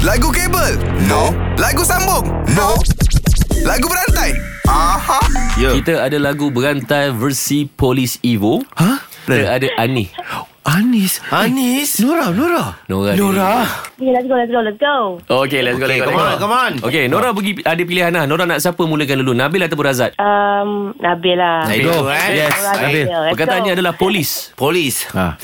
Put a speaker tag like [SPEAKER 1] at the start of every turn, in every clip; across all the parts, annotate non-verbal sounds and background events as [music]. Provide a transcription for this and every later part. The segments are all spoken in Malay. [SPEAKER 1] Lagu kabel? No. Lagu sambung? No. Lagu berantai? Aha.
[SPEAKER 2] Ya.
[SPEAKER 3] Kita ada lagu berantai versi Polis Evo.
[SPEAKER 2] Hah?
[SPEAKER 4] Ha?
[SPEAKER 3] Kita ada Ani.
[SPEAKER 2] Anis. Anis. Nora, Nora.
[SPEAKER 3] Nora ni.
[SPEAKER 5] Okay, let's go, let's go, let's go.
[SPEAKER 3] Okay, let's go.
[SPEAKER 2] Okay,
[SPEAKER 3] let's go,
[SPEAKER 2] come
[SPEAKER 3] let's
[SPEAKER 2] on,
[SPEAKER 3] go.
[SPEAKER 2] come on.
[SPEAKER 3] Okay, Nora pergi ada pilihan lah. Nora nak siapa mulakan dulu? Nabil ataupun Razat?
[SPEAKER 5] Um, Nabil lah.
[SPEAKER 2] Nabil.
[SPEAKER 3] Go.
[SPEAKER 2] Go, eh?
[SPEAKER 3] Yes,
[SPEAKER 5] Alright,
[SPEAKER 3] Nabil.
[SPEAKER 5] Nabil, Ya, let's
[SPEAKER 3] Perkataannya
[SPEAKER 5] go.
[SPEAKER 3] adalah polis.
[SPEAKER 2] Polis.
[SPEAKER 3] Ha.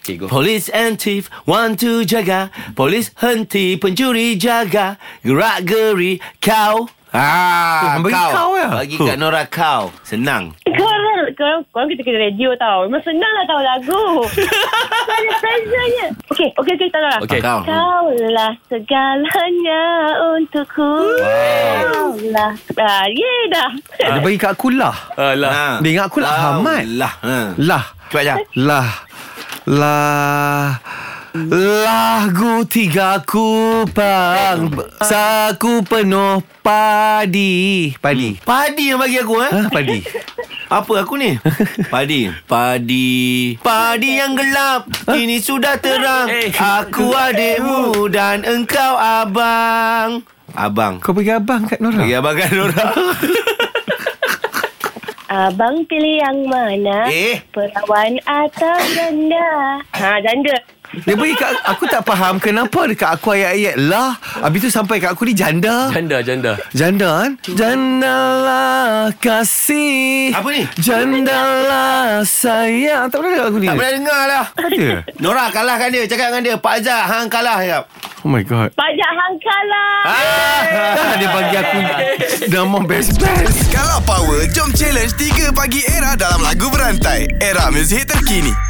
[SPEAKER 3] Okay, go.
[SPEAKER 2] Polis and thief, one two jaga. Polis henti, pencuri jaga. Gerak geri, kau. Ah,
[SPEAKER 4] Oh, bagi kau ya?
[SPEAKER 2] Bagi kat Nora kau. Senang.
[SPEAKER 5] Korang, korang, korang kita kena radio tau. Memang senang lah tahu
[SPEAKER 3] [laughs]
[SPEAKER 5] lagu. Banyak pressure-nya. Okay, okay, okay, tak lah.
[SPEAKER 3] Okay.
[SPEAKER 2] Kau.
[SPEAKER 5] Kau lah segalanya untukku. Kau lah. Ah, yeah dah.
[SPEAKER 4] Dia bagi kat aku lah
[SPEAKER 2] Alah.
[SPEAKER 4] Dia ingat aku lah Ahmad.
[SPEAKER 2] Lah. Ha.
[SPEAKER 4] Lah
[SPEAKER 2] Cepat je.
[SPEAKER 4] Lah Lah Lagu tiga kupang
[SPEAKER 2] Eh?
[SPEAKER 4] Saku penuh padi Padi
[SPEAKER 2] Hmm. Padi yang bagi aku eh.
[SPEAKER 4] Ah, padi
[SPEAKER 2] [laughs] Apa aku
[SPEAKER 4] [laughs]
[SPEAKER 2] ni? Padi. Padi. Padi yang gelap.
[SPEAKER 4] Ha?
[SPEAKER 2] Kini sudah terang.
[SPEAKER 3] Eh.
[SPEAKER 2] Aku adikmu dan engkau abang. Abang.
[SPEAKER 4] Kau bagi abang kat Nora
[SPEAKER 2] Bagi abang kan Nora.
[SPEAKER 5] Abang pilih yang mana?
[SPEAKER 2] Eh.
[SPEAKER 5] Perawan atau
[SPEAKER 2] [coughs]
[SPEAKER 5] janda? Ha, janda.
[SPEAKER 4] Dia bagi kat Aku tak faham Kenapa dekat aku ayat-ayat lah [laughs] Habis tu sampai kat aku ni janda
[SPEAKER 3] Janda, janda.
[SPEAKER 4] Janda kan? Jandalah kasih
[SPEAKER 2] Apa ni?
[SPEAKER 4] Jandalah sayang Tak pernah dengar lagu ni
[SPEAKER 2] tak pernah dengar lah.
[SPEAKER 4] Ada?
[SPEAKER 2] Nora kalahkan dia. Cakap dengan dia. Pak Azhar. Hang kalah. Cakap.
[SPEAKER 4] Oh my
[SPEAKER 3] Ha.
[SPEAKER 4] god
[SPEAKER 5] Pajak hangkalah.
[SPEAKER 2] Ha. [laughs]
[SPEAKER 4] Dah dia bagi aku Nama best-best
[SPEAKER 1] Kalau power, jom challenge 3 pagi era dalam lagu berantai. Era muzik terkini.